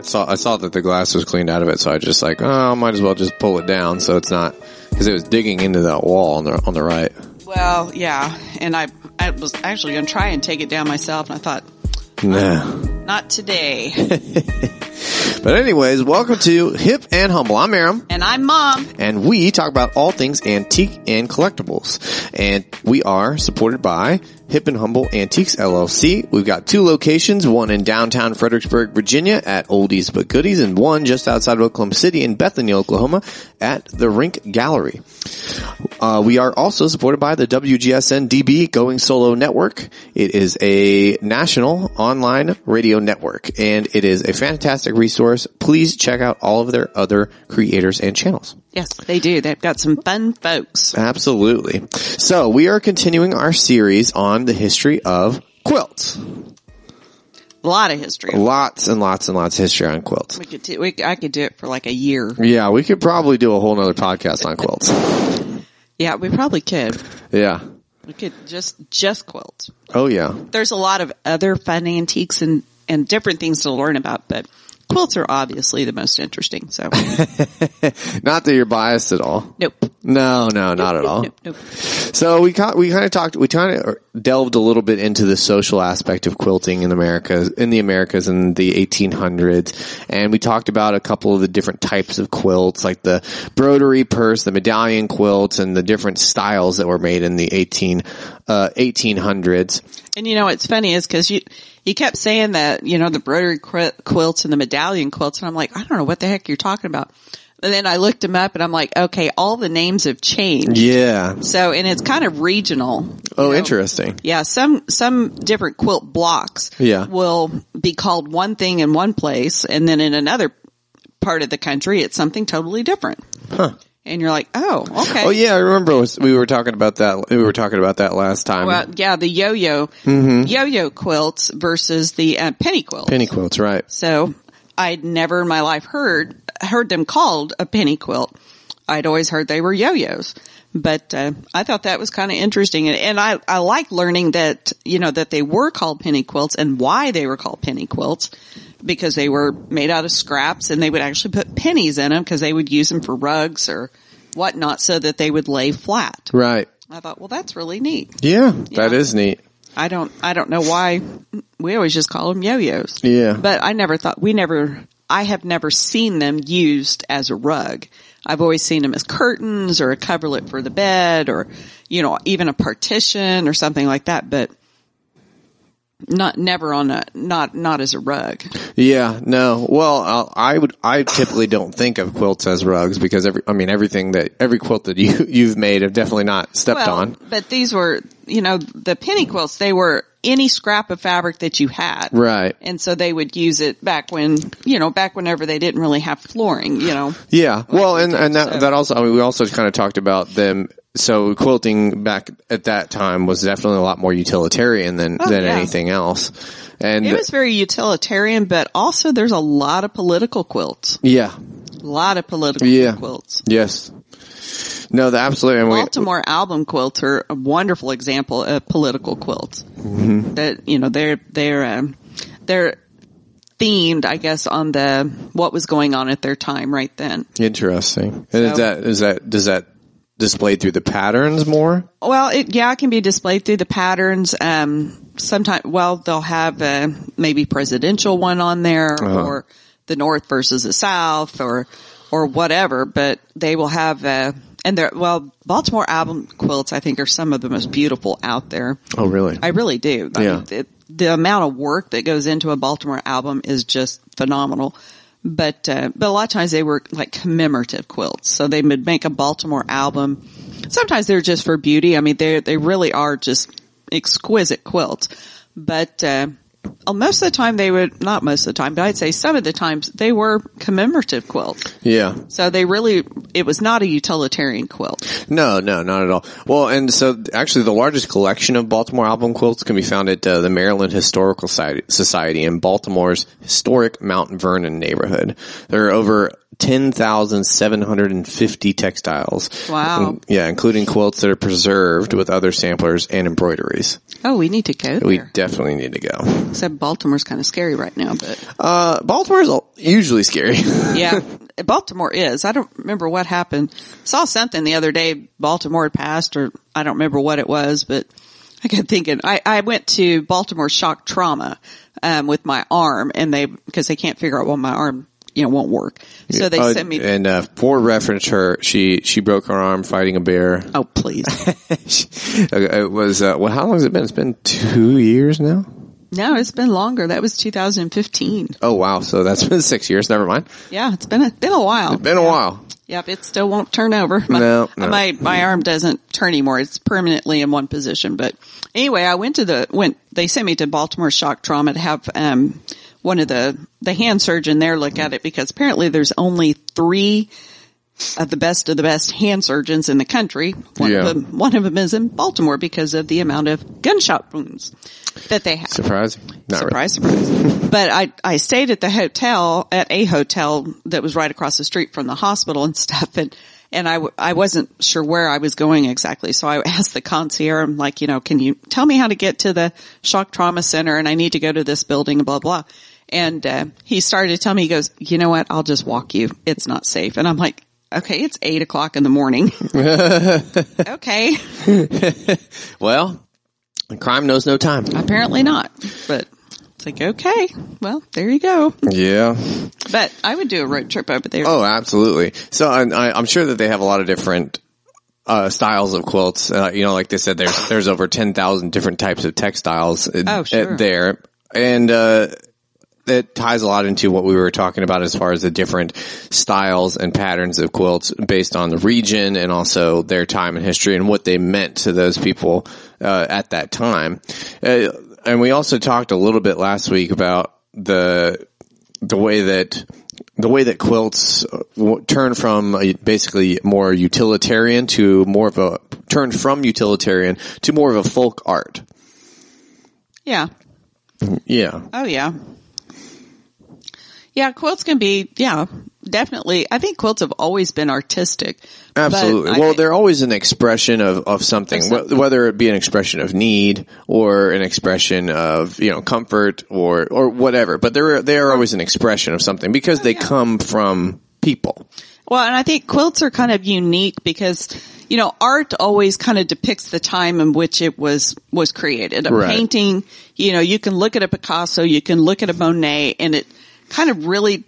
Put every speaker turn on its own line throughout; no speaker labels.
saw I saw that the glass was cleaned out of it, so I just like, oh, I might as well just pull it down so it's not because it was digging into that wall on the on the right.
Well, yeah, and I I was actually going to try and take it down myself, and I thought,
Nah.
not today.
But anyways, welcome to Hip and Humble. I'm Aram.
and I'm mom.
and we talk about all things antique and collectibles. And we are supported by Hip and Humble Antiques LLC. We've got two locations, one in downtown Fredericksburg, Virginia at Oldies But Goodies and one just outside of Oklahoma City in Bethany, Oklahoma at the Rink Gallery. Uh, we are also supported by the WGSN DB Going Solo Network. It is a national online radio network and it is a fantastic resource. Please check out all of their other creators and channels.
Yes, they do. They've got some fun folks.
Absolutely. So we are continuing our series on the history of quilts.
A lot of history.
Lots and lots and lots of history on quilts.
We could do, we, I could do it for like a year.
Yeah, we could probably do a whole nother podcast on quilts.
Yeah, we probably could.
Yeah.
We could just just quilt.
Oh yeah.
There's a lot of other fun antiques and and different things to learn about, but quilts are obviously the most interesting. So,
Not that you're biased at all.
nope,
No, no, not at all.
nope, nope.
So we ca- we kind of talked, we kind of delved a little bit into the social aspect of quilting in America, in the Americas in the 1800s, and we talked about a couple of the different types of quilts, like the broderie purse, the medallion quilts, and the different styles that were made in the 18 uh, 1800s.
And you know what's funny is because you you kept saying that you know the broderie qu- quilts and the medallion quilts, and I'm like, I don't know what the heck you're talking about. And then I looked them up, and I'm like, okay, all the names have changed.
Yeah.
So, and it's kind of regional.
Oh,
you know.
interesting.
Yeah, some some different quilt blocks
Yeah.
will be called one thing in one place, and then in another part of the country, it's something totally different. And you're like, oh, okay.
Oh yeah, I remember was- we were talking about that. We were talking about that last time.
Well, yeah, the yo-yo
Mm-hmm.
yo-yo quilts versus the uh, penny quilt.
Penny quilts, right?
So I'd never in my life heard heard them called a penny quilt. I'd always heard they were yo-yos, but uh, I thought that was kind of interesting, and, and I I like learning that you know that they were called penny quilts and why they were called penny quilts because they were made out of scraps and they would actually put pennies in them because they would use them for rugs or whatnot so that they would lay flat.
Right.
I thought, well, that's really neat.
Yeah, that is neat.
I don't I don't know why we always just call them yo-yos.
Yeah.
But I never thought we never I have never seen them used as a rug. I've always seen them as curtains or a coverlet for the bed or you know even a partition or something like that but not never on a not not as a rug.
Yeah, no. Well, I'll, I would. I typically don't think of quilts as rugs because every. I mean, everything that every quilt that you you've made have definitely not stepped
Well,
on.
but these were you know the penny quilts they were any scrap of fabric that you had.
Right.
And so they would use it back when, you know, back whenever they didn't really have flooring, you know.
Yeah. Well, and and
so.
that that also. I mean, we also kind of talked about them. So quilting back at that time was definitely a lot more utilitarian than than
Oh, yeah.
anything else. And
It was very utilitarian, but also there's a lot of political quilts.
yeah,
A lot of political
Yeah.
quilts.
yes. No, the absolutely. And we,
Baltimore album quilts are a wonderful example of political quilts. That you know they're they're um, they're themed, I guess, on the what was going on at their time right then.
interesting. And is
So-
that is that does that displayed through the patterns more?
Well, it yeah, it can be displayed through the patterns. Um, sometimes, well, they'll have a maybe presidential one on there, or the North versus the South, or or whatever. But they will have uh and they're well, Baltimore album quilts. I think are some of the most beautiful out there.
Oh, really?
I really do. I
Yeah.
mean, it, the amount of work that goes into a Baltimore album is just phenomenal. But uh, but a lot of times they were like commemorative quilts, so they would make a Baltimore album. Sometimes they're just for beauty. I mean, they they really are just exquisite quilts. But uh, uh, most of the time they would not most of the time, but I'd say some of the times they were commemorative quilts.
yeah.
So they really it was not a utilitarian quilt.
No, no, not at all. Well, and so th- actually the largest collection of Baltimore album quilts can be found at uh, the Maryland Historical Society, Society in Baltimore's historic Mount Vernon neighborhood. There are over 10,750 textiles.
Wow.
In- yeah, including quilts that are preserved with other samplers and embroideries.
Oh, we need to go
We
there.
definitely need to go.
Except Baltimore's kind of scary right now, but
Uh, Baltimore's al- usually scary.
yeah, Baltimore is. I don't remember what happened. Saw something the other day. Baltimore had passed, or I don't remember what it was, but I kept thinking. I, I went to Baltimore shock trauma um, with my arm, and they because they can't figure out why my arm you know won't work, so they
Uh,
sent me.
And uh, for reference, her she she broke her arm fighting a bear.
oh please,
She- it was uh, well. How long has it been? It's been two years now.
no, it's been longer. That was 2015.
Oh wow! So that's been six years. Never mind.
Yeah, it's been a, been a while.
Been a while.
Yep, it still won't turn over. My,
No, no.
my my arm doesn't turn anymore. It's permanently in one position. But anyway, I went to the went. They sent me to Baltimore Shock Trauma to have um one of the the hand surgeon there look at it because apparently there's only three of the best of the best hand surgeons in the country. One
Yeah.
of them one of them is in Baltimore because of the amount of gunshot wounds that they have.
Surprising. Not really.
Surprise, surprise. but I, I stayed at the hotel, at a hotel that was right across the street from the hospital and stuff. And, and I, w- I wasn't sure where I was going exactly. So I asked the concierge, I'm like, you know, can you tell me how to get to the shock trauma center? And I need to go to this building, blah, blah. And, uh, he started to tell me, he goes, you know what? I'll just walk you. It's not safe. And I'm like, okay, it's eight o'clock in the morning. okay.
Well, crime knows no time.
Apparently not, but it's like, okay, well, there you go.
Yeah.
But I would do a road trip over there.
Oh, absolutely. So and I, I'm sure that they have a lot of different uh, styles of quilts. Uh, you know, like they said, there's there's over ten thousand different types of textiles in-
Oh, sure.
at there, and uh, that ties a lot into what we were talking about as far as the different styles and patterns of quilts based on the region and also their time and history and what they meant to those people uh, at that time. Uh, and we also talked a little bit last week about the the way that the way that quilts uh, w- turn from a, basically more utilitarian to more of a turn from utilitarian to more of a folk art.
Yeah.
Yeah.
Oh yeah. Yeah, quilts can be, yeah, definitely. I think quilts have always been artistic. but
Absolutely.
I
well,
think-
they're always an expression of, of something,
Of something.
wh- whether it be an expression of need or an expression of, you know, comfort or, or whatever. But they're, they are always an expression of something because they
yeah.
come from people.
Well, and I think quilts are kind of unique because, you know, art always kind of depicts the time in which it was, was created. A
Right.
painting, you know, you can look at a Picasso, you can look at a Monet and it kind of really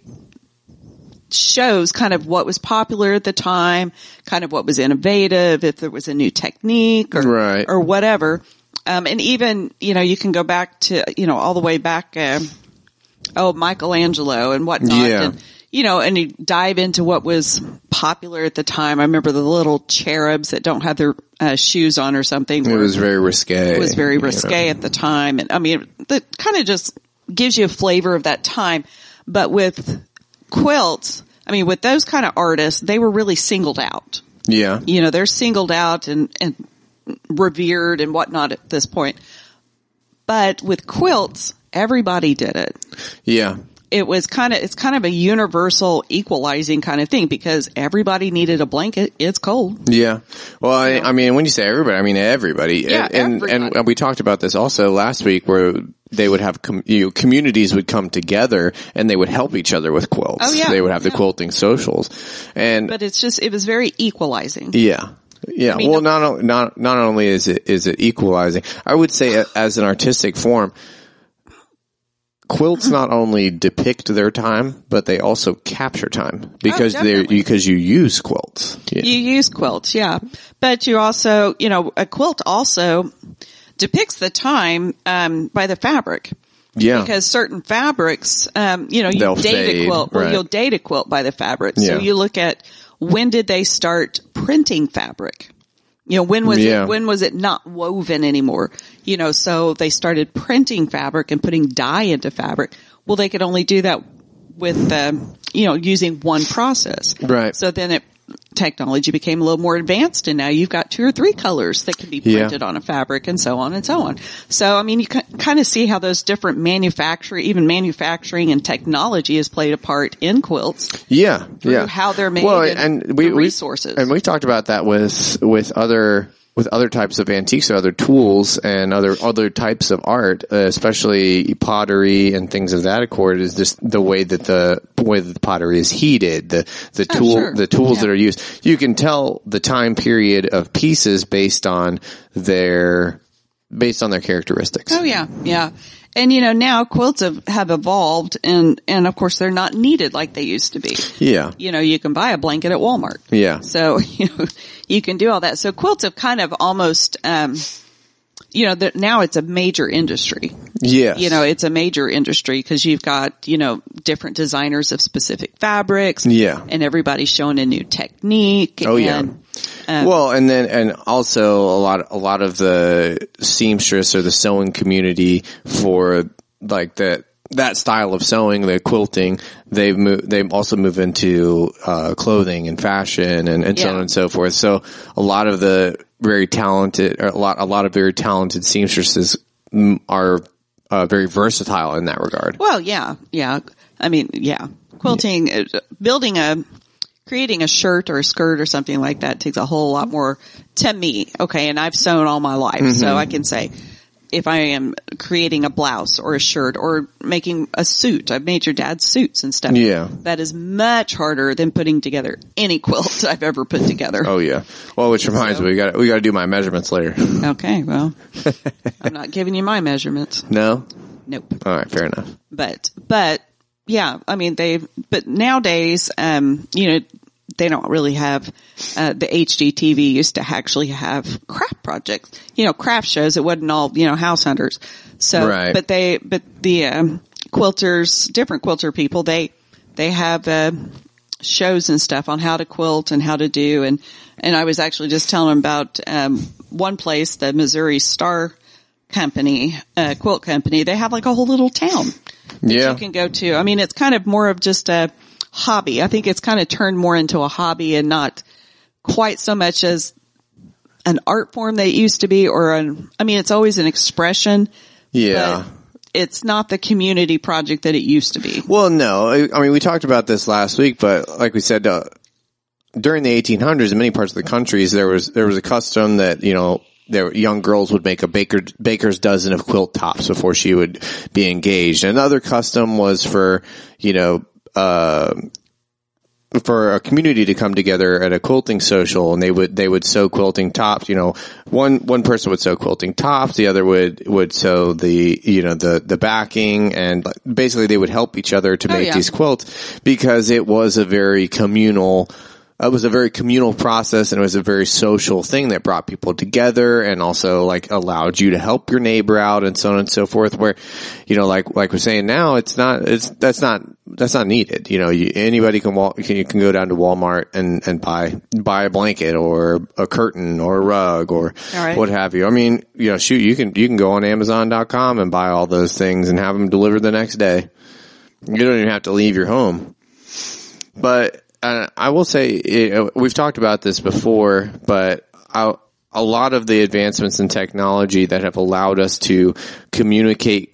shows kind of what was popular at the time, kind of what was innovative, if there was a new technique or,
Right.
or whatever. Um, and even, you know, you can go back to, you know, all the way back, um, oh, Michelangelo and whatnot.
Yeah.
And, you know, and you dive into what was popular at the time. I remember the little cherubs that don't have their uh, shoes on or something.
It was very risque.
It was very
you know.
risque at the time. And I mean, that kind of just gives you a flavor of that time. But with quilts, I mean, with those kind of artists, they were really singled out
Yeah.
you know, they're singled out and, and revered and whatnot at this point. But with quilts, everybody did it.
Yeah.
It was kind of, it's kind of a universal equalizing kind of thing because everybody needed a blanket. It's cold.
Yeah. Well, I, I mean, when you say everybody, I mean everybody.
Yeah,
and, and
everybody.
and we talked about this also last week, where they would have com- you know, communities would come together and they would help each other with quilts.
Oh, yeah.
They would have the
Yeah.
quilting socials, and
But it's just, it was very equalizing.
yeah. Yeah.
mean,
well,
no-
not, o- not, not only is it, is it equalizing, I would say a- as an artistic form, quilts not only depict their time, but they also capture time because they're,
Oh, definitely.
because you use quilts. Yeah.
You use quilts, yeah. But you also, you know, a quilt also depicts the time, um, by the fabric.
yeah.
because certain fabrics, um, you know, you
They'll
date
fade,
a quilt, well,
right.
you'll date a quilt by the fabric.
Yeah.
So you look at when did they start printing fabric? You know, when was
Yeah.
it, when was it not woven anymore? You know, so they started printing fabric and putting dye into fabric. Well, they could only do that with, um, you know, uh, using one process.
Right.
So then it, technology became a little more advanced and now you've got two or three colors that can be
Yeah.
printed on a fabric and so on and so on. So, I mean, you can kind of see how those different manufacture, even manufacturing and technology has played a part in quilts.
Yeah, yeah.
how they're made
Well,
and
and, we,
the
we-
resources.
and we've talked about that with with other with other types of antiques or other tools and other other types of art, uh, especially pottery and things of that accord. Is just the way that the way that the pottery is heated, the the tool
Oh, sure.
the tools
Yeah.
that are used. You can tell the time period of pieces based on their based on their characteristics.
Oh yeah, yeah. And you know, now quilts have, have evolved and, and of course they're not needed like they used to be.
Yeah,
You know, you can buy a blanket at Walmart.
yeah.
So, you know, you can do all that. So quilts have kind of almost, um, you know, that now it's a major industry.
Yes.
You know, it's a major industry because you've got, you know, different designers of specific fabrics.
Yeah.
And everybody's showing a new technique.
Oh, yeah.
and- Um,
well, and then and also a lot a lot of the seamstress or the sewing community for like the that style of sewing, the quilting, they've moved, they also move into uh, clothing and fashion and, and so
Yeah.
on and so forth. So a lot of the very talented, or a lot a lot of very talented seamstresses mm, are uh, very versatile in that regard.
Well, yeah, yeah. I mean, yeah. Quilting, uh, building a, creating a shirt or a skirt or something like that takes a whole lot more to me. Okay. And I've sewn all my life.
Mm-hmm.
So I can say if I am creating a blouse or a shirt or making a suit, I've made your dad's suits and stuff.
Yeah.
That is much harder than putting together any quilt I've ever put together.
Oh yeah. Well, which reminds me, we got we got to do my measurements later.
Okay. Well, I'm not giving you my measurements.
No.
Nope.
All right. Fair enough.
but but yeah, I mean they but nowadays um you know they don't really have uh, the HGTV used to actually have craft projects, you know, craft shows. It wasn't all you know house hunters. So,
Right.
but they but the um, quilters, different quilter people, they they have uh, shows and stuff on how to quilt and how to do and and I was actually just telling them about um, one place, the Missouri Star Company, uh, quilt company. They have like a whole little town
Yeah.
you can go to. I mean, it's kind of more of just a hobby. I think it's kind of turned more into a hobby and not quite so much as an art form that it used to be or an, I mean, it's always an expression.
yeah.
But it's not the community project that it used to be.
Well, no, I I mean we talked about this last week, but like we said, uh, during the 1800s, in many parts of the countries, there was there was a custom that you know there young girls would make a baker baker's dozen of quilt tops before she would be engaged. Another custom was for you know. Uh, for a community to come together at a quilting social and they would they would sew quilting tops you know one one person would sew quilting tops the other would would sew the you know the the backing and basically they would help each other to make
yeah.
these quilts because it was a very communal it was a very communal process and it was a very social thing that brought people together and also like allowed you to help your neighbor out and so on and so forth where you know like like we're saying now it's not it's that's not that's not needed you know you, anybody can walk you can, you can go down to Walmart and and buy buy a blanket or a curtain or a rug or
All right.
what have you I mean you know shoot you can you can go on amazon.com and buy all those things and have them delivered the next day you don't even have to leave your home but uh, I will say uh we've talked about this before, but I, a lot of the advancements in technology that have allowed us to communicate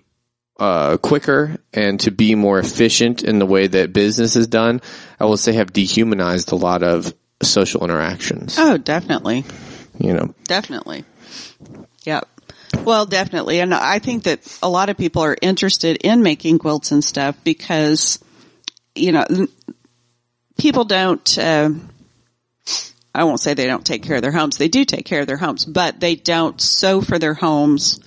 uh, quicker and to be more efficient in the way that business is done, I will say have dehumanized a lot of social interactions.
Oh, definitely.
You know,
Definitely. Yep. Well, definitely. And I think that a lot of people are interested in making quilts and stuff because, you know, n- people don't, uh, I won't say they don't take care of their homes. They do take care of their homes, but they don't sew for their homes,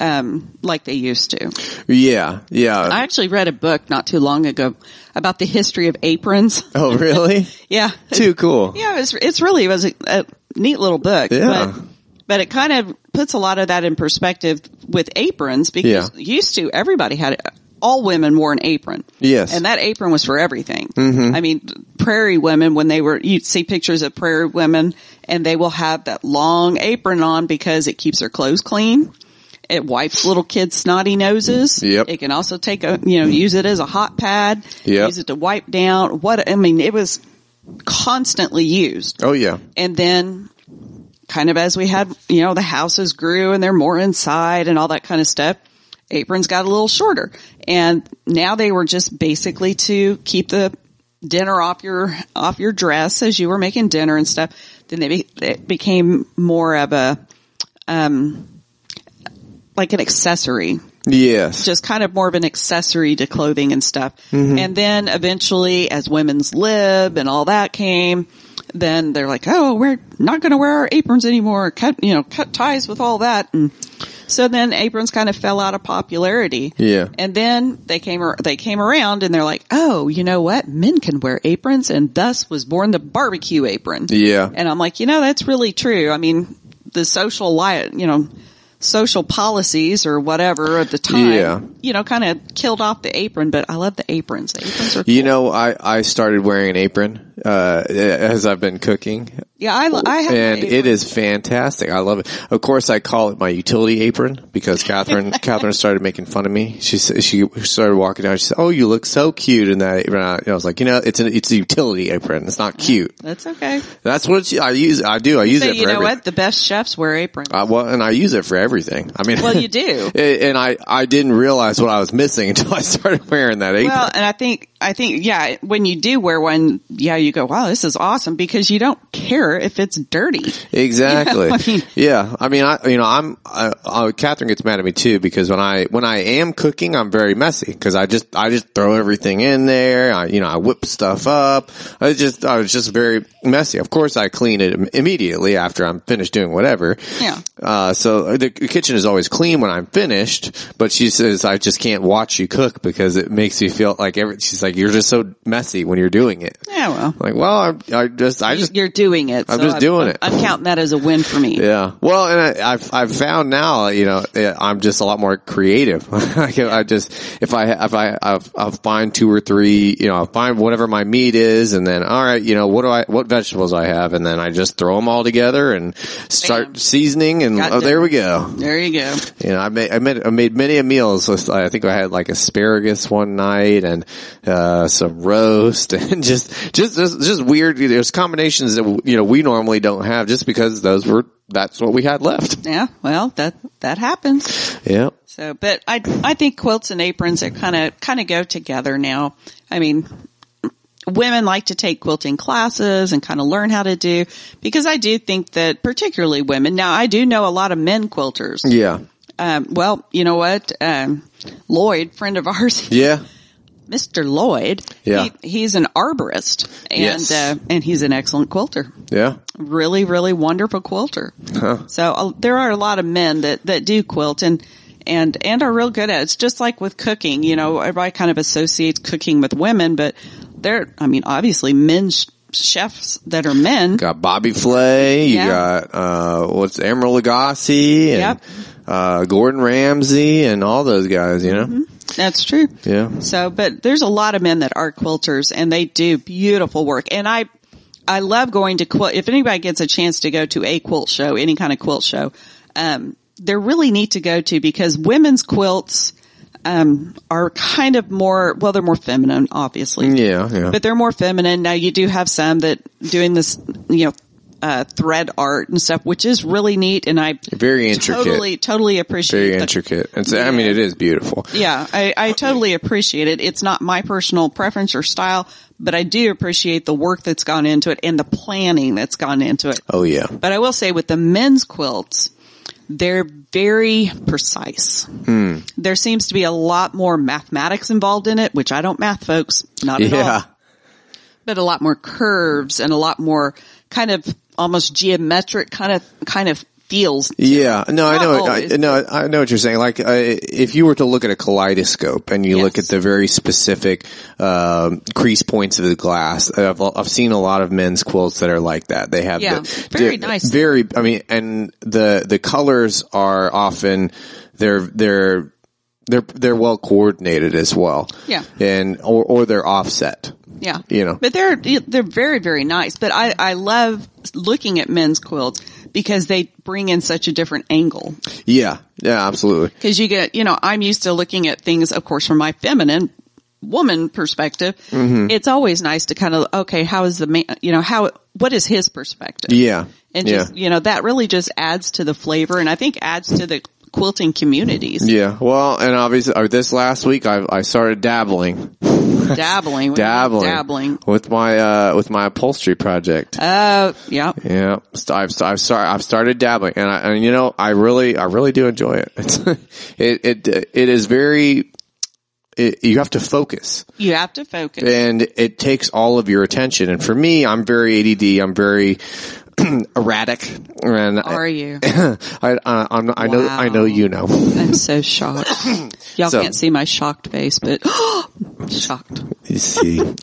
um, like they used to.
yeah, yeah.
I actually read a book not too long ago about the history of aprons.
oh, really?
Yeah.
Too cool.
Yeah, it's it's really it was a, a neat little book.
Yeah.
But, but it kind of puts a lot of that in perspective with aprons because used to everybody had all women wore an apron.
Yes. Mm-hmm.
And that apron was for everything. I mean, prairie women when they were you'd see pictures of prairie women and they will have that long apron on because it keeps their clothes clean. It wipes little kids' snotty noses.
Yep.
It can also take a, you know, use it as a hot pad.
Yep.
Use it to wipe down. What, I mean, it was constantly used.
Oh yeah.
And then kind of as we had, you know, the houses grew and they're more inside and all that kind of stuff, aprons got a little shorter. And now they were just basically to keep the dinner off your off your dress as you were making dinner and stuff. Then they be, it became more of a um like an accessory
Yes.
just kind of more of an accessory to clothing and stuff.
Mm-hmm.
And then eventually as women's lib and all that came, then they're like, oh, we're not going to wear our aprons anymore. Cut, you know, cut ties with all that. And so then aprons kind of fell out of popularity.
Yeah.
And then they came, ar- they came around and they're like, oh, you know what? Men can wear aprons. And thus was born the barbecue apron.
yeah.
And I'm like, you know, that's really true. I mean, the social li you know, social policies or whatever at the time,
Yeah.
you know, kind of killed off the apron, but I love the aprons. The aprons are,
You know, I, I started wearing an apron, uh, as I've been cooking
yeah, I, lo- I have my
and
apron.
it is fantastic. I love it. Of course, I call it my utility apron because Catherine, Catherine started making fun of me. She s- she started walking down. She said, "Oh, you look so cute in that apron." I I was like, "You know, it's an it's a utility apron. It's not cute.
That's okay.
That's what she, I use. I do. I use
So
it for Uh,
you know
everything.
what? The best chefs wear aprons.
I, well, and I use it for everything. I mean,
well, you do.
and I I didn't realize what I was missing until I started wearing that apron.
Well, and I think, I think, yeah, when you do wear one, yeah, you go, wow, this is awesome because you don't care if it's dirty.
Exactly.
You know, I mean-
yeah. I mean, I, you know, I'm, I, I, Catherine gets mad at me too because when I, when I am cooking, I'm very messy because I just, I just throw everything in there. I, you know, I whip stuff up. I just, I was just very messy. Of course, I clean it im- immediately after I'm finished doing whatever.
Yeah.
Uh, so the kitchen is always clean when I'm finished, but she says, I just can't watch you cook because it makes you feel like every, she's like, you're just so messy when you're doing it.
Yeah, well,
Like, well, I, I just, I just
you're doing it. I'm
just doing it.
I'm counting that as a win for me.
Yeah. Well, and I, I've I've found now, you know, eh, I'm just a lot more creative. I can- I just if I if I I'll, I'll find two or three, you know, I'll find whatever my meat is, and then all right, you know, what do I what vegetables I have, and then I just throw them all together and start
Bam.
seasoning, and
Got
oh, there
dinner.
we go.
There you go.
You know, I made I made, I made many a meals. With, I think I had like asparagus one night and uh, some roast and just just just, just weird. There's combinations that you know we normally don't have just because those were that's what we had left.
Yeah, well, that that happens.
Yeah.
So, but I I think quilts and aprons are kind of kind of go together now. I mean, women like to take quilting classes and kind of learn how to do because I do think that particularly women. Now, I do know a lot of men quilters.
Yeah.
Um, well, you know what, um, Lloyd, friend of ours,
Yeah.
Mr. Lloyd,
Yeah.
he, he's an arborist and
Yes.
uh, and he's an excellent quilter.
Yeah.
really, really wonderful quilter. So uh, there are a lot of men that, that do quilt and, and, and are real good at it. It's just like with cooking, you know, everybody kind of associates cooking with women, but there, I mean, obviously men sh- chefs that are men.
Got Bobby Flay. You
Yeah.
got uh what's Emeril Lagasse and
Yep.
uh Gordon Ramsay and all those guys, you know?
Mm-hmm. That's true.
Yeah.
So, but there's a lot of men that are quilters and they do beautiful work. And I, I love going to quilt. If anybody gets a chance to go to a quilt show, any kind of quilt show, um, they're really neat to go to because women's quilts, um, are kind of more, well, they're more feminine, obviously
Yeah. Yeah.
but they're more feminine. Now you do have some that doing this, you know, uh, thread art and stuff, which is really neat. And I
Very intricate.
totally, totally appreciate
Very
the-
intricate. It's, I mean, it is beautiful.
Yeah, I, I totally appreciate it. It's not my personal preference or style, but I do appreciate the work that's gone into it and the planning that's gone into it.
Oh yeah.
But I will say with the men's quilts, they're very precise. There seems to be a lot more mathematics involved in it, which I don't math folks, not at all
Yeah.
but a lot more curves and a lot more kind of almost geometric kind of kind of feels.
Yeah, no, I
Not
know, I,
always,
no, I know what you're saying. Like, uh, if you were to look at a kaleidoscope and you look at
Yes.
the very specific um, crease points of the glass, I've, I've seen a lot of men's quilts that are like that. They have
Yeah,
the,
very
di-
nice.
very. I mean, and the the colors are often they're they're they're they're well coordinated as well.
Yeah.
and or or they're offset.
Yeah,
You know.
but they're they're very very nice. But I I love looking at men's quilts because they bring in such a different angle.
Yeah, yeah, absolutely.
Because you get you know I'm used to looking at things, of course, from my feminine woman perspective,
Mm-hmm.
it's always nice to kind of, okay, how is the man, you know, how, what is his perspective?
Yeah.
And
yeah.
just, you know, that really just adds to the flavor and I think adds to the quilting communities.
yeah. Well, and obviously, or this last week, I, I started dabbling,
Dabbling.
dabbling,
Dabbling.
with my, uh, with my upholstery project.
Uh, yeah.
Yeah, st- I've st- I've started I've started dabbling, and I and you know I really I really do enjoy it. It's it it it is very. It, you have to focus,
You have to focus.
and it takes all of your attention. And for me, I'm very ADD. I'm very erratic, and
Are you?
I, I uh, I'm, I know I know
Wow.
you know.
I'm so shocked. Y'all
So-
can't see my shocked face, but shocked.
You see.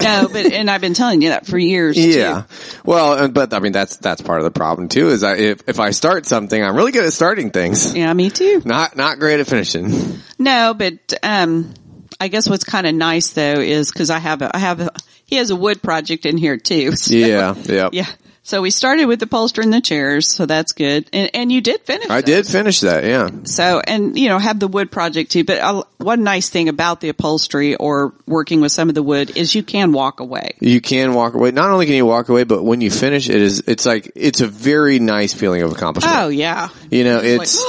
No, but and I've been telling you that for years. too.
Yeah. Well, and, but I mean that's that's part of the problem too. Is I if if I start something, I'm really good at starting things.
Yeah, me too.
Not not great at finishing.
No, but um, I guess what's kind of nice though is because I have a, I have a, he has a wood project in here too. So,
Yeah. Yeah.
yeah. So we started with the polster and the chairs, so that's good. And and you did finish.
I
it.
did finish that. Yeah.
So, and you know, have the wood project too, but uh, one nice thing about the upholstery or working with some of the wood is you can walk away.
You can walk away. Not only can you walk away, but when you finish, it is, it's like, it's a very nice feeling of accomplishment.
Oh yeah.
You know, it's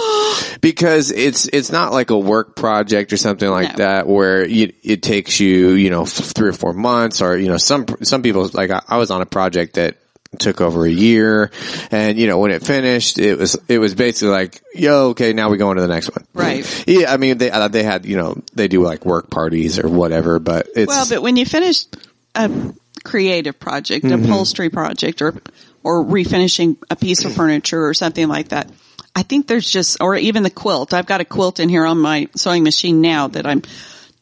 because it's it's not like a work project or something like
No.
that where you, it takes you you know f- three or four months or you know some some people like I, I was on a project that took over a year and you know when it finished it was it was basically like yo okay now we go on to the next one
Right.
yeah I mean they uh, they had you know they do like work parties or whatever but it's
Well, but when you finish a creative project,
Mm-hmm.
upholstery project, or or refinishing a piece of furniture or something like that, I think there's just, or even the quilt. I've got a quilt in here on my sewing machine now that I'm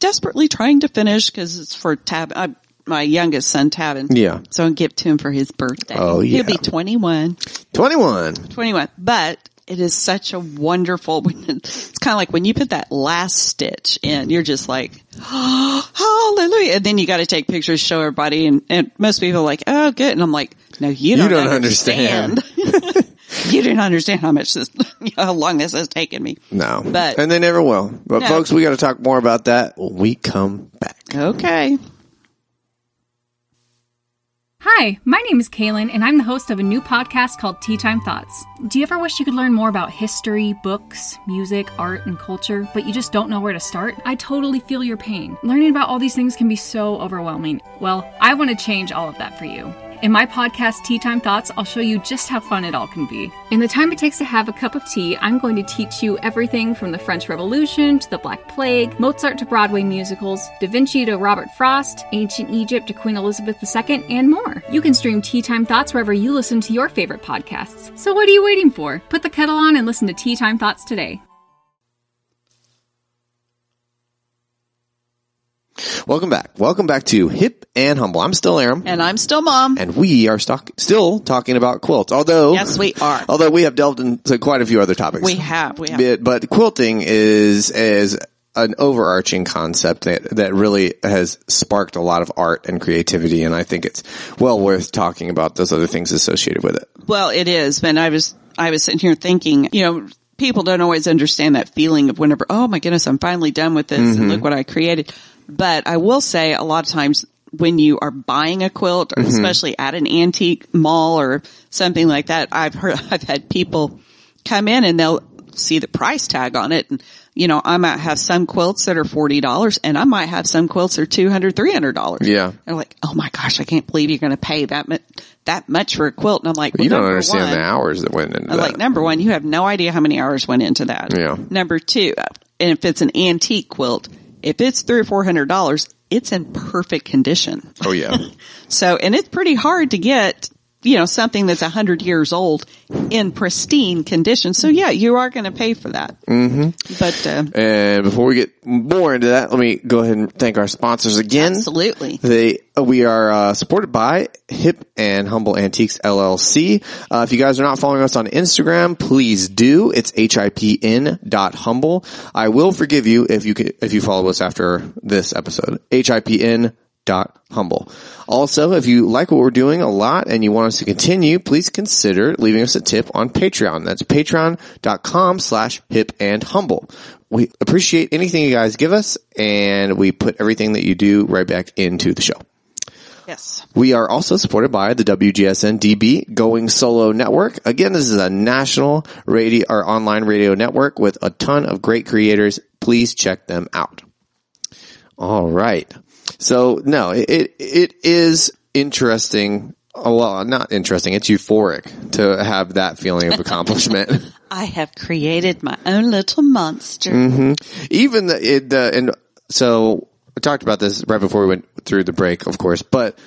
desperately trying to finish because it's for Tab. I, my youngest son, Tavin.
Yeah.
So I'll give it to him for his birthday.
Oh, yeah.
He'll be 21.
21
21. But it is such a wonderful, it's kind of like when you put that last stitch in, you're just like, oh, hallelujah. And then you got to take pictures, show everybody. And, and most people are like, oh, good. And I'm like, no, you don't,
don't
understand. you didn't understand how much this, how long this has taken me.
no
But-
and they never will but
No.
folks we got to talk more about that when we come back
Okay.
Hi, my name is Kaylin, and I'm the host of a new podcast called Tea Time Thoughts. Do you ever wish you could learn more about history, books, music, art, and culture, but you just don't know where to start? I totally feel your pain. Learning about all these things can be so overwhelming. Well, I want to change all of that for you. In my podcast, Tea Time Thoughts, I'll show you just how fun it all can be. In the time it takes to have a cup of tea, I'm going to teach you everything from the French Revolution to the Black Plague, Mozart to Broadway musicals, Da Vinci to Robert Frost, ancient Egypt to Queen Elizabeth II, and more. You can stream Tea Time Thoughts wherever you listen to your favorite podcasts. So what are you waiting for? Put the kettle on and listen to Tea Time Thoughts today.
Welcome back. Welcome back to Hip and Humble. I'm still Aram.
And I'm still mom.
And we are stock, still talking about quilts. Although,
Yes, we are.
Although we have delved into quite a few other topics.
We have, we have.
But, but quilting is, is an overarching concept that, that really has sparked a lot of art and creativity. And I think it's well worth talking about those other things associated with it.
Well, it is, and I was I was sitting here thinking, you know, people don't always understand that feeling of whenever, oh my goodness, I'm finally done with this, and look what I created. But I will say, a lot of times when you are buying a quilt, or especially at an antique mall or something like that, I've heard I've had people come in and they'll see the price tag on it and you know i might have some quilts that are $40 and i might have some quilts that are $200 $300
Yeah.
they're like, "Oh my gosh, I can't believe you're going to pay that much that much for a quilt." And I'm like, well,
you don't
number
understand
one,
the hours that went into
I'm
that.
like number one, you have no idea how many hours went into that.
Yeah.
Number two, and if it's an antique quilt, if it's three or four hundred dollars, it's in perfect condition.
oh yeah.
So, and it's pretty hard to get, you know, something that's a hundred years old in pristine condition. So yeah, you are going to pay for that. Mm-hmm. But uh,
and before we get more into that, let me go ahead and thank our sponsors again.
absolutely,
They we are uh, supported by Hip and Humble Antiques LLC. Uh, if you guys are not following us on Instagram, please do. It's hipn dot humble. I will forgive you if you can, if you follow us after this episode. hipn humble. Also, if you like what we're doing a lot and you want us to continue, please consider leaving us a tip on Patreon. That's patreon.com slash hip and humble. We appreciate anything you guys give us and we put everything that you do right back into the show.
Yes.
We are also supported by the WGSN DB Going Solo Network. Again, this is a national radio or online radio network with a ton of great creators. Please check them out. All right. So no, it it, it is interesting. Oh, well, not interesting. It's euphoric to have that feeling of accomplishment.
I have created my own little monster.
even the, it, the and so we talked about this right before we went through the break, of course, but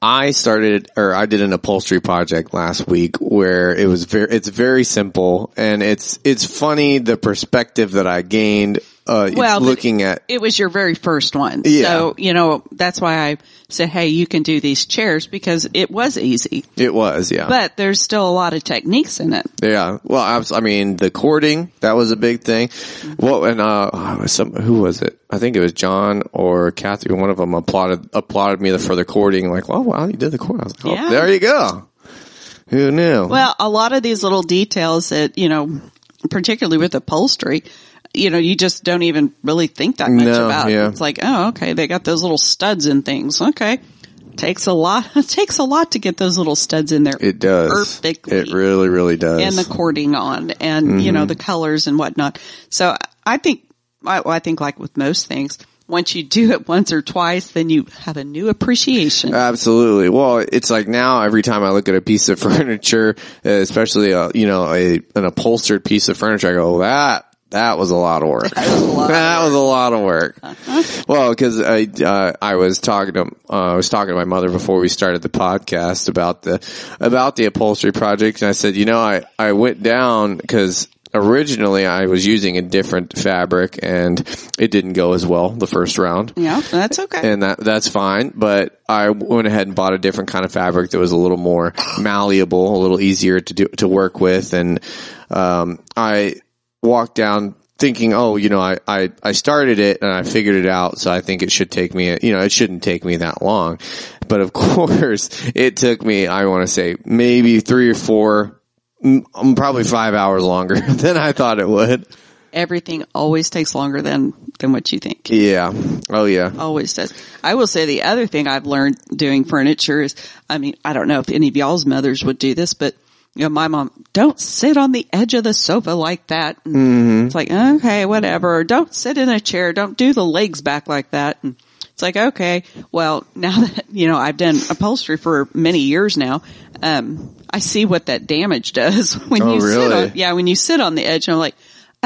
I started or I did an upholstery project last week where it was very it's very simple and it's it's funny the perspective that I gained uh
Well, but-
looking at
It was your very first one.
Yeah.
So, you know, that's why I said, hey, you can do these chairs because it was easy,
it was yeah.
but there's still a lot of techniques in it.
Yeah. Well, I, was- I mean, the courting, that was a big thing. Well, and, uh, some, who was it? I think it was John or Kathy. One of them applauded, applauded me for the courting. Like, well, wow, you did the court. I was like, oh,
Yeah.
there you go. Who knew?
Well, a lot of these little details that, you know, particularly with upholstery, you know, you just don't even really think that much
No,
about.
yeah.
It's like, oh, okay, they got those little studs and things. Okay. Takes a lot, takes a lot to get those little studs in there.
it does.
Perfectly.
It really, really does.
and the cording on and you know the colors and whatnot. So I think I, I think like with most things, once you do it once or twice, then you have a new appreciation.
Uh, Absolutely. Well, it's like now every time I look at a piece of furniture, uh, especially a, you know, a, an upholstered piece of furniture, I go, that, that was a lot of work. That was a lot, of, work. Well, cause I, uh, I was talking to, uh, I was talking to my mother before we started the podcast about the, about the upholstery project. And I said, you know, I, I went down cause originally I was using a different fabric and it didn't go as well the first round
yeah, that's okay.
and that that's fine. But I went ahead and bought a different kind of fabric that was a little more malleable, a little easier to do to work with, and um, I walked down thinking, oh, you know, I, I I started it and I figured it out, so I think it should take me, you know, it shouldn't take me that long. But of course, it took me, I want to say, maybe three or four. mm, Probably five hours longer than I thought it would.
Everything always takes longer than than what you think.
Yeah. Oh yeah.
Always does. I will say the other thing I've learned doing furniture is, I mean, I don't know if any of y'all's mothers would do this, but you know, my mom, don't sit on the edge of the sofa like that. And
Mm-hmm.
It's like, okay, whatever. Don't sit in a chair. Don't do the legs back like that. And it's like, okay, well, now that, you know, I've done upholstery for many years now, um, I see what that damage does when
Oh,
you sit
really?
on, yeah, when you sit on the edge. And I'm like,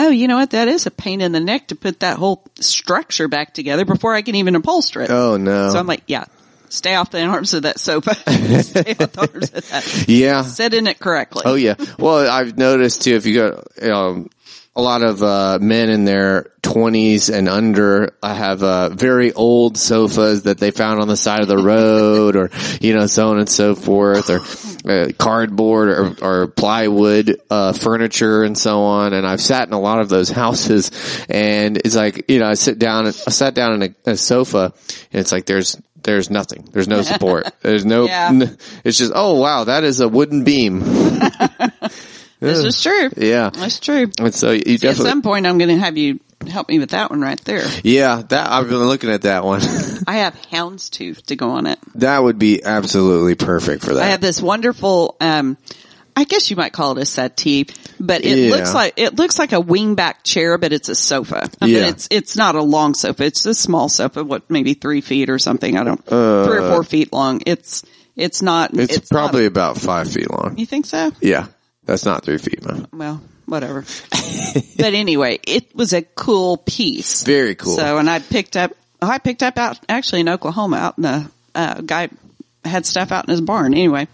oh, you know what? That is a pain in the neck to put that whole structure back together before I can even upholster it.
Oh no.
So I'm like, yeah, stay off the arms of that sofa. stay off the arms of that.
yeah.
Sit in it correctly.
Oh yeah. Well, I've noticed too. If you go, um, a lot of uh, men in their twenties and under uh, have uh, very old sofas that they found on the side of the road, or you know, so on and so forth, or uh, cardboard or, or plywood uh, furniture and so on. And I've sat in a lot of those houses, and it's like you know, I sit down, I sat down in a, a sofa, and it's like there's. There's nothing. There's no support. There's no.
Yeah.
n- it's just oh wow, that is a wooden beam.
This is true.
Yeah.
That's true.
And so you
At
definitely,
some point, I'm going to have you help me with that one right there.
yeah, that I've been looking at that one.
I have houndstooth to go on it.
that would be absolutely perfect for that.
I have this wonderful, um, I guess you might call it a settee, but it
Yeah.
looks like it looks like a wingback chair, but it's a sofa. I
Yeah.
mean, it's it's not a long sofa; it's a small sofa, what maybe three feet or something. I don't three or four feet long. It's it's not.
Uh, it's,
not a-
probably about five feet long.
you think so?
Yeah. That's not three feet, man.
well, whatever. but anyway, it was a cool piece.
Very cool.
So, and I picked up, oh, I picked up out actually in Oklahoma, out in the uh, guy had stuff out in his barn. Anyway,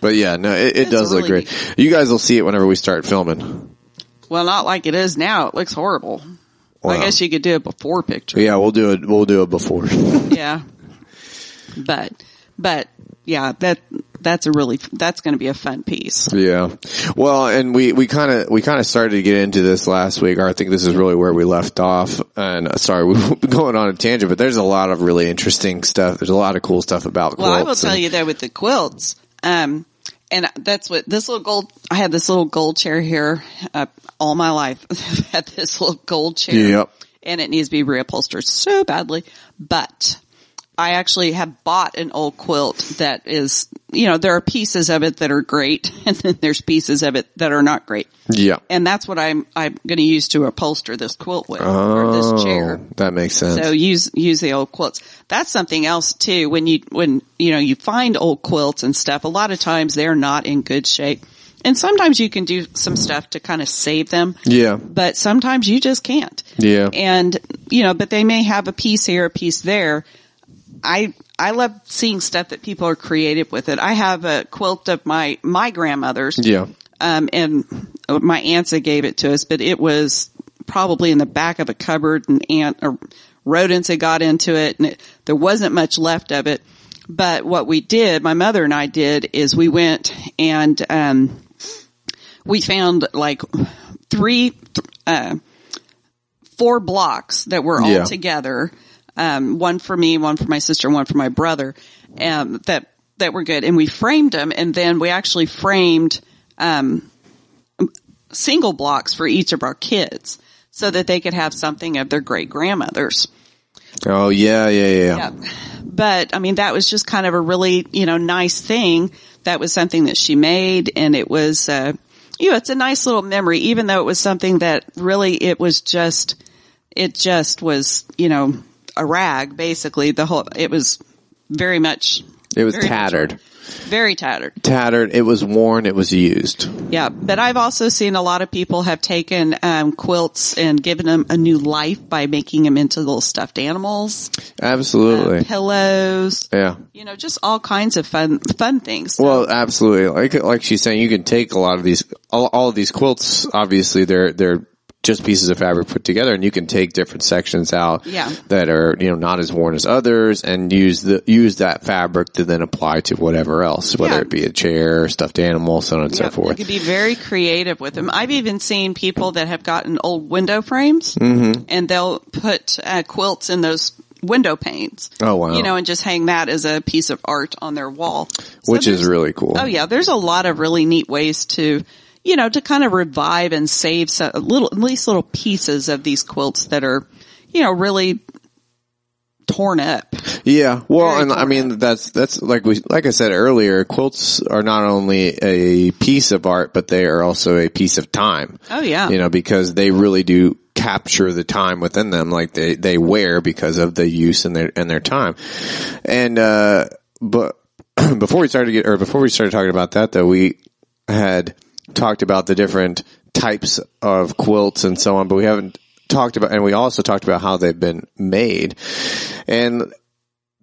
But yeah, no, it, it
That's
does look
really
great. You guys will see it whenever we start filming.
well, not like it is now. It looks horrible. I
Wow.
guess you could do a before picture.
Yeah, we'll do it. We'll do it before.
Yeah. But, but yeah, that that's a really that's going to be a fun piece.
Yeah. Well, and we, we kind of, we kind of started to get into this last week, or I think this is really where we left off. And uh, sorry, we're going on a tangent, but there's a lot of really interesting stuff. There's a lot of cool stuff about
Well,
quilts.
I will tell
and-
you though with the quilts, um, and that's what this little gold. I had this little gold chair here uh, all my life. I've had this little gold chair.
Yep.
And it needs to be reupholstered so badly, but I actually have bought an old quilt that is, you know, there are pieces of it that are great, and then there's pieces of it that are not great.
Yeah.
And that's what I'm I'm going to use to upholster this quilt with or this chair.
Oh, That makes sense.
So use use the old quilts. That's something else too. When you when you know you find old quilts and stuff, a lot of times they're not in good shape, and sometimes you can do some stuff to kind of save them.
yeah.
But sometimes you just can't.
Yeah.
And you know, but they may have a piece here, a piece there. I I love seeing stuff that people are creative with it. I have a quilt of my my grandmother's
yeah.
um, and my aunts that gave it to us, but it was probably in the back of a cupboard and ant or rodents had got into it and it, there wasn't much left of it. But what we did, my mother and I did is we went and, um, we found like three, th- uh, four blocks that were all
Yeah.
together. Um, one for me, one for my sister, and one for my brother. Um, that that were good, and we framed them, and then we actually framed um, single blocks for each of our kids, so that they could have something of their great grandmothers.
Oh, yeah, yeah, yeah.
But I mean, that was just kind of a really, you know, nice thing. That was something that she made and it was, uh, you know, it's a nice little memory, even though it was something that really it was just, it just was, you know, a rag basically. The whole, it was very much,
It was
Very much.
tattered.
very tattered.
Tattered. It was worn. It was used.
Yeah. But I've also seen a lot of people have taken, um, quilts and given them a new life by making them into little stuffed animals,
Absolutely.
pillows.
Yeah.
you know, just all kinds of fun, fun things.
Well, absolutely. Like like she's saying, you can take a lot of these, all, all of these quilts. Obviously, they're they're just pieces of fabric put together, and you can take different sections out
Yeah.
that are you know not as worn as others, and use the use that fabric to then apply to whatever else, whether
Yeah.
it be a chair, stuffed animal, so on and so
Yep, You
forth.
could be very creative with them. I've even seen people that have gotten old window frames
Mm-hmm.
and they'll put uh, quilts in those window panes.
Oh, wow.
You know, and just hang that as a piece of art on their wall. So
Which is
there's-
really cool.
Oh yeah, there's a lot of really neat ways to, you know, to kind of revive and save some little, at least little pieces of these quilts that are, you know, really torn up.
Yeah. Well,
Very
and I mean that's that's like we like I said earlier, quilts are not only a piece of art, but they are also a piece of time.
Oh, yeah.
You know, because they really do capture the time within them like they they wear because of the use and their and their time. And uh but before we started to get or before we started talking about that though, we had talked about the different types of quilts and so on, but we haven't talked about and we also talked about how they've been made. And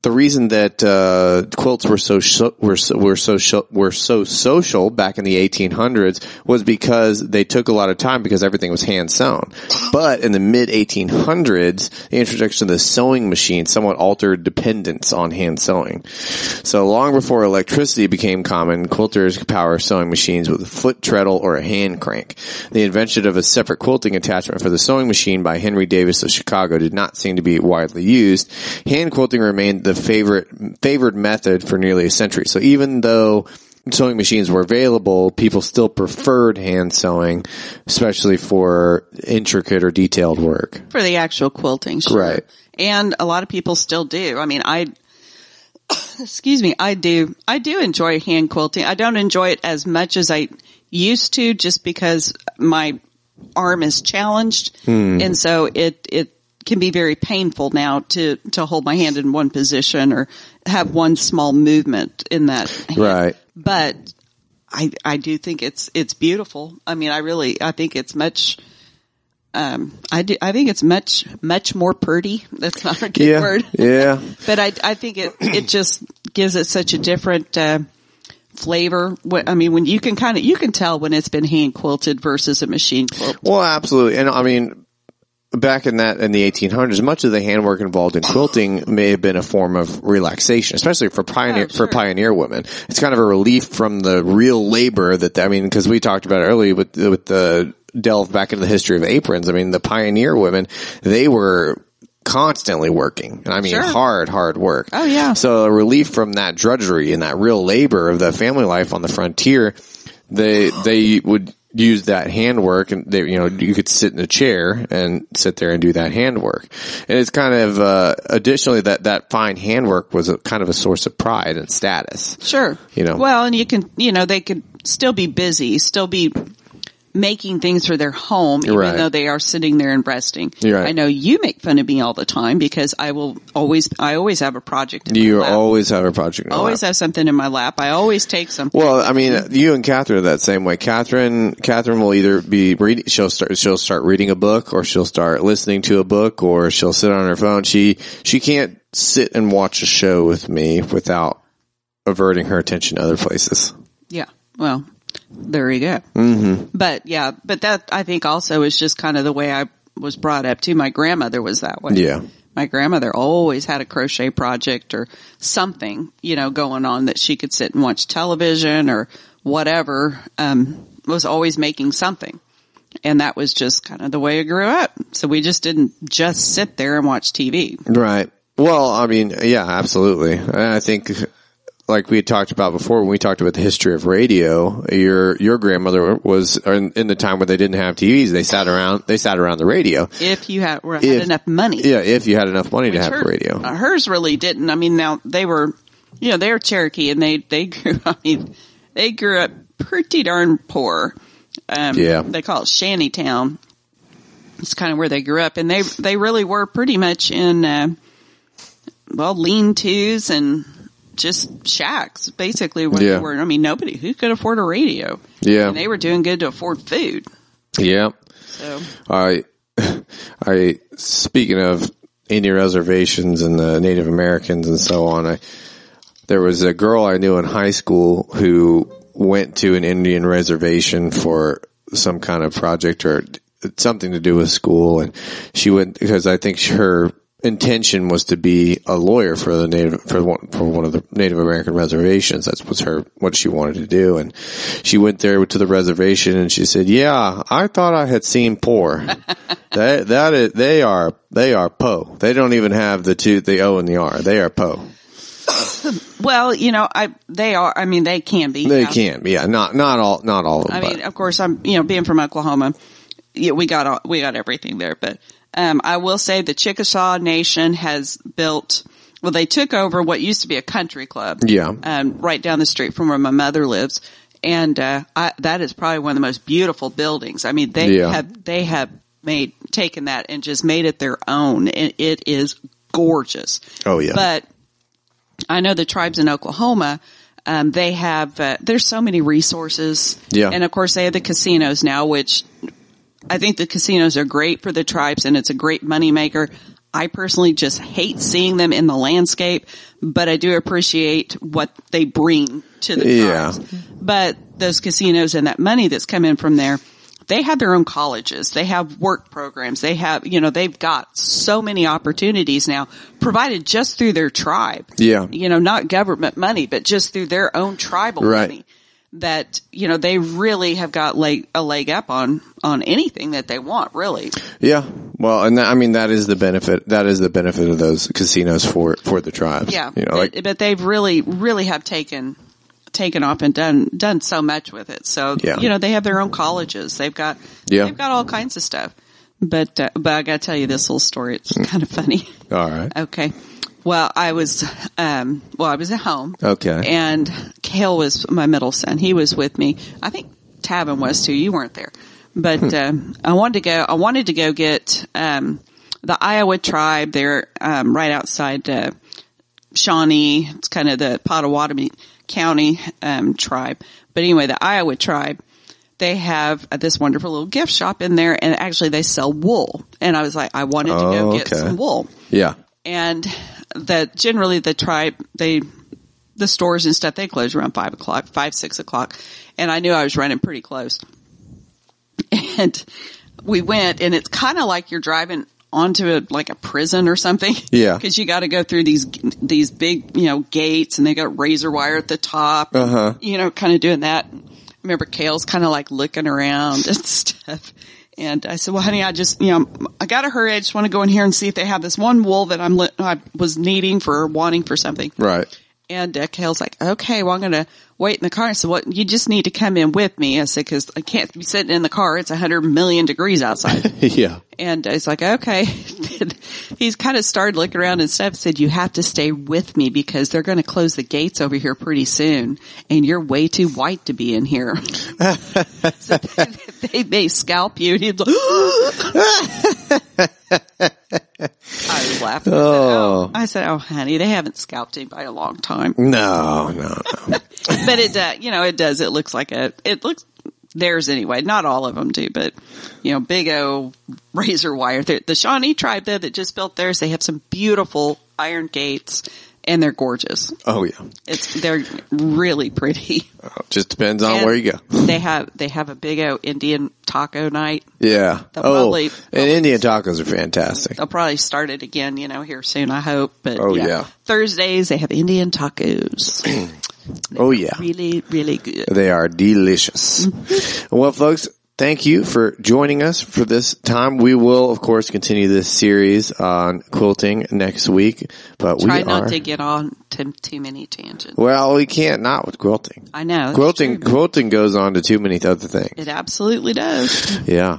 the reason that uh, quilts were so so- were so, were so so- were so social back in the 1800s was because they took a lot of time because everything was hand sewn. But in the mid 1800s, the introduction of the sewing machine somewhat altered dependence on hand sewing. So long before electricity became common, quilters could power sewing machines with a foot treadle or a hand crank. The invention of a separate quilting attachment for the sewing machine by Henry Davis of Chicago did not seem to be widely used. Hand quilting remained the favorite favored method for nearly a century. So even though sewing machines were available, people still preferred hand sewing, especially for intricate or detailed work.
for the actual quilting. sure.
Right.
And a lot of people still do. I mean, I, excuse me, I do, I do enjoy hand quilting. I don't enjoy it as much as I used to just because my arm is challenged.
Hmm.
And so it, it, can be very painful now to to hold my hand in one position or have one small movement in that hand.
Right.
but i i do think it's it's beautiful i mean i really i think it's much um, I do, I think it's much, much more pretty. That's not a good
Yeah.
word,
Yeah.
but I, I think it, it just gives it such a different, uh, flavor. What, I mean, when you can kind of, you can tell when it's been hand quilted versus a machine quilt.
Well, absolutely, and I mean, back in that in the 1800s, much of the handwork involved in quilting may have been a form of relaxation, especially for pioneer
Oh, sure.
for pioneer women. It's kind of a relief from the real labor that I mean, because we talked about it earlier with with the delve back into the history of aprons. I mean, the pioneer women they were constantly working, and I mean
Sure.
hard, hard work.
Oh, yeah.
So a relief from that drudgery and that real labor of the family life on the frontier, they they would use that handwork and they you know you could sit in a chair and sit there and do that handwork. And it's kind of uh, additionally that that fine handwork was a, kind of a source of pride and status.
Sure.
You know.
Well, and you can, you know, they could still be busy, still be making things for their home, even
Right.
though they are sitting there and resting.
You're right.
I know you make fun of me all the time because I will always, I always have a project. In
You
my lap.
always have a project. in your
always
lap.
have something in my lap. I always take something.
Well, I mean, you and Catherine are that same way. Catherine, Catherine will either be reading, she'll start, she'll start reading a book or she'll start listening to a book or she'll sit on her phone. She, she can't sit and watch a show with me without averting her attention to other places.
yeah. Well, there you go. Mm-hmm. But yeah, but that I think also is just kind of the way I was brought up too. My grandmother was that way.
Yeah.
my grandmother always had a crochet project or something, you know, going on that she could sit and watch television or whatever, um, was always making something. And that was just kind of the way I grew up. So we just didn't just sit there and watch TV.
Right. Well, I mean, yeah, absolutely. And I think, like we had talked about before, when we talked about the history of radio, your your grandmother was in, in the time where they didn't have TVs. They sat around. They sat around the radio.
If you had, had
If-
enough money.
Yeah, if you had enough money to have
Her-
a radio.
uh, hers really didn't. I mean, now they were, you know, they were Cherokee and they, they grew, I mean, they grew up pretty darn poor. Um,
Yeah.
they call it Shantytown. It's kind of where they grew up and they, they really were pretty much in, uh, well, lean tos and just shacks basically what
Yeah.
they were. I mean, nobody who could afford a radio.
Yeah.
And they were doing good to afford food.
yeah.
So
I, I, speaking of Indian reservations and the Native Americans and so on, I, there was a girl I knew in high school who went to an Indian reservation for some kind of project or something to do with school. And she went because I think her intention was to be a lawyer for the native, for one, for one of the Native American reservations. That's was her, what she wanted to do. And she went there to the reservation and she said, yeah, I thought I had seen poor. that, that is, they are, they are po. They don't even have the two, the O and the R. They are po.
Well, you know, I they are. I mean, they can be.
They
yeah.
can, yeah. Not not all, not all of them.
I
but
mean, of course, I'm you know being from Oklahoma, yeah, we got all, we got everything there. But um, I will say the Chickasaw Nation has built. Well, they took over what used to be a country club.
Yeah.
um, right down the street from where my mother lives, and uh, I, that is probably one of the most beautiful buildings. I mean, they
Yeah.
have they have made taken that and just made it their own, and it is gorgeous.
oh yeah,
But I know the tribes in Oklahoma, um, they have, uh, there's so many resources.
Yeah.
And of course they have the casinos now, which I think the casinos are great for the tribes and it's a great moneymaker. I personally just hate seeing them in the landscape, but I do appreciate what they bring to the
Yeah.
tribes. But those casinos and that money that's come in from there, they have their own colleges. They have work programs. They have, you know, they've got so many opportunities now provided just through their tribe.
Yeah.
You know, not government money, but just through their own tribal
Right.
money that, you know, they really have got leg, a leg up on, on anything that they want, really.
yeah. Well, and that, I mean that is the benefit. That is the benefit of those casinos for for the tribes.
Yeah.
you know, like
but, but they've really, really have taken, taken off and done, done so much with it. So,
Yeah.
you know, they have their own colleges. They've got,
Yeah.
they've got all kinds of stuff. But, uh, but I gotta tell you this little story. It's
Mm.
kind of funny.
all right,
Okay. Well, I was, um, well, I was at home.
okay,
And Kale was my middle son. He was with me. I think Tavin was too. You weren't there,
Hmm.
but um, I wanted to go. I wanted to go get um, the Iowa tribe. They're um, right outside uh, Shawnee. It's kind of the Pottawatomie County um, tribe. But anyway, the Iowa tribe. They have uh, this wonderful little gift shop in there, and actually they sell wool. And I was like, I wanted to go
Oh,
get
okay.
some wool
yeah,
and that generally the tribe they the stores and stuff they close around five o'clock five six o'clock and i knew i was running pretty close and we went and it's kind of like you're driving onto a, like a prison or something.
Yeah.
Cause you got to go through these, these big, you know, gates and they got razor wire at the top,
Uh-huh.
you know, kind of doing that. I remember Kale's kind of like looking around and stuff. And I said, well, honey, I just, you know, I got to hurry. I just want to go in here and see if they have this one wool that I'm, li- I was needing for or wanting for something.
Right.
And uh, Kale's like, okay, well, I'm going to wait in the car. I said, well, you just need to come in with me. I said, cause I can't be sitting in the car. It's a hundred million degrees outside.
yeah.
and it's like, okay. He's kind of started looking around and stuff said, you have to stay with me because they're going to close the gates over here pretty soon. And you're way too white to be in here. so they, they, they scalp you. And he's like, I was laughing.
Oh.
I said, oh honey, they haven't scalped anybody in a long time
No, no, no.
but it, uh, you know, it does. It looks like a, it looks theirs anyway. Not all of them do, but you know, big O razor wire. The, the Shawnee tribe though that just built theirs, they have some beautiful iron gates and they're gorgeous.
Oh yeah.
It's, they're really pretty.
Oh, just depends on
And
where you go.
They have, they have a big O Indian taco night.
Yeah.
The
oh,
probably-
and Indian tacos are fantastic.
They'll probably start it again, you know, here soon, I hope. But
Oh, yeah.
Thursdays they have Indian tacos.
Oh yeah.
really, really good.
They are delicious.
Mm-hmm.
well, folks, thank you for joining us for this time. We will, of course, continue this series on quilting next week, but
Try
we
not
are.
to get on to too many tangents.
well, we can't not with quilting.
I know. that's
Quilting,
true.
quilting goes on to too many other things.
It absolutely does.
Yeah.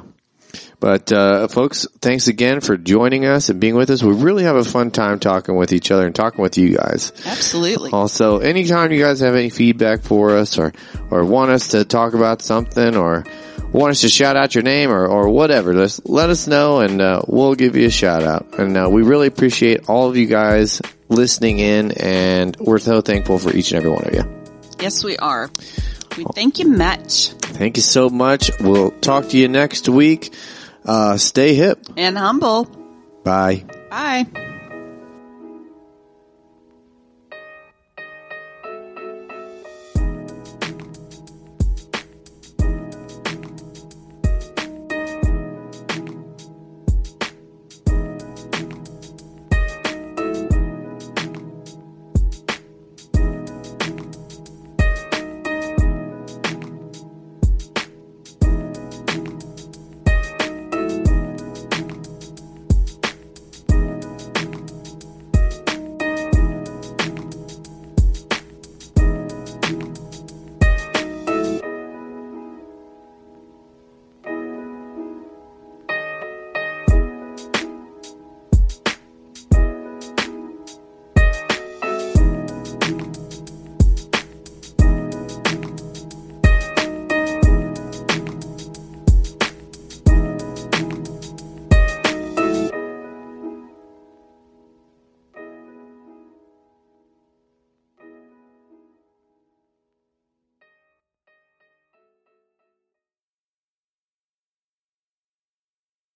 But, uh, folks, thanks again for joining us and being with us. We really have a fun time talking with each other and talking with you guys.
Absolutely.
Also, anytime you guys have any feedback for us or, or want us to talk about something or want us to shout out your name or, or whatever, just let us know and uh, we'll give you a shout out. And uh, we really appreciate all of you guys listening in and we're so thankful for each and every one of you.
Yes, we are. We thank you much
Thank you so much. We'll talk to you next week. Uh, stay hip.
and humble.
Bye.
Bye.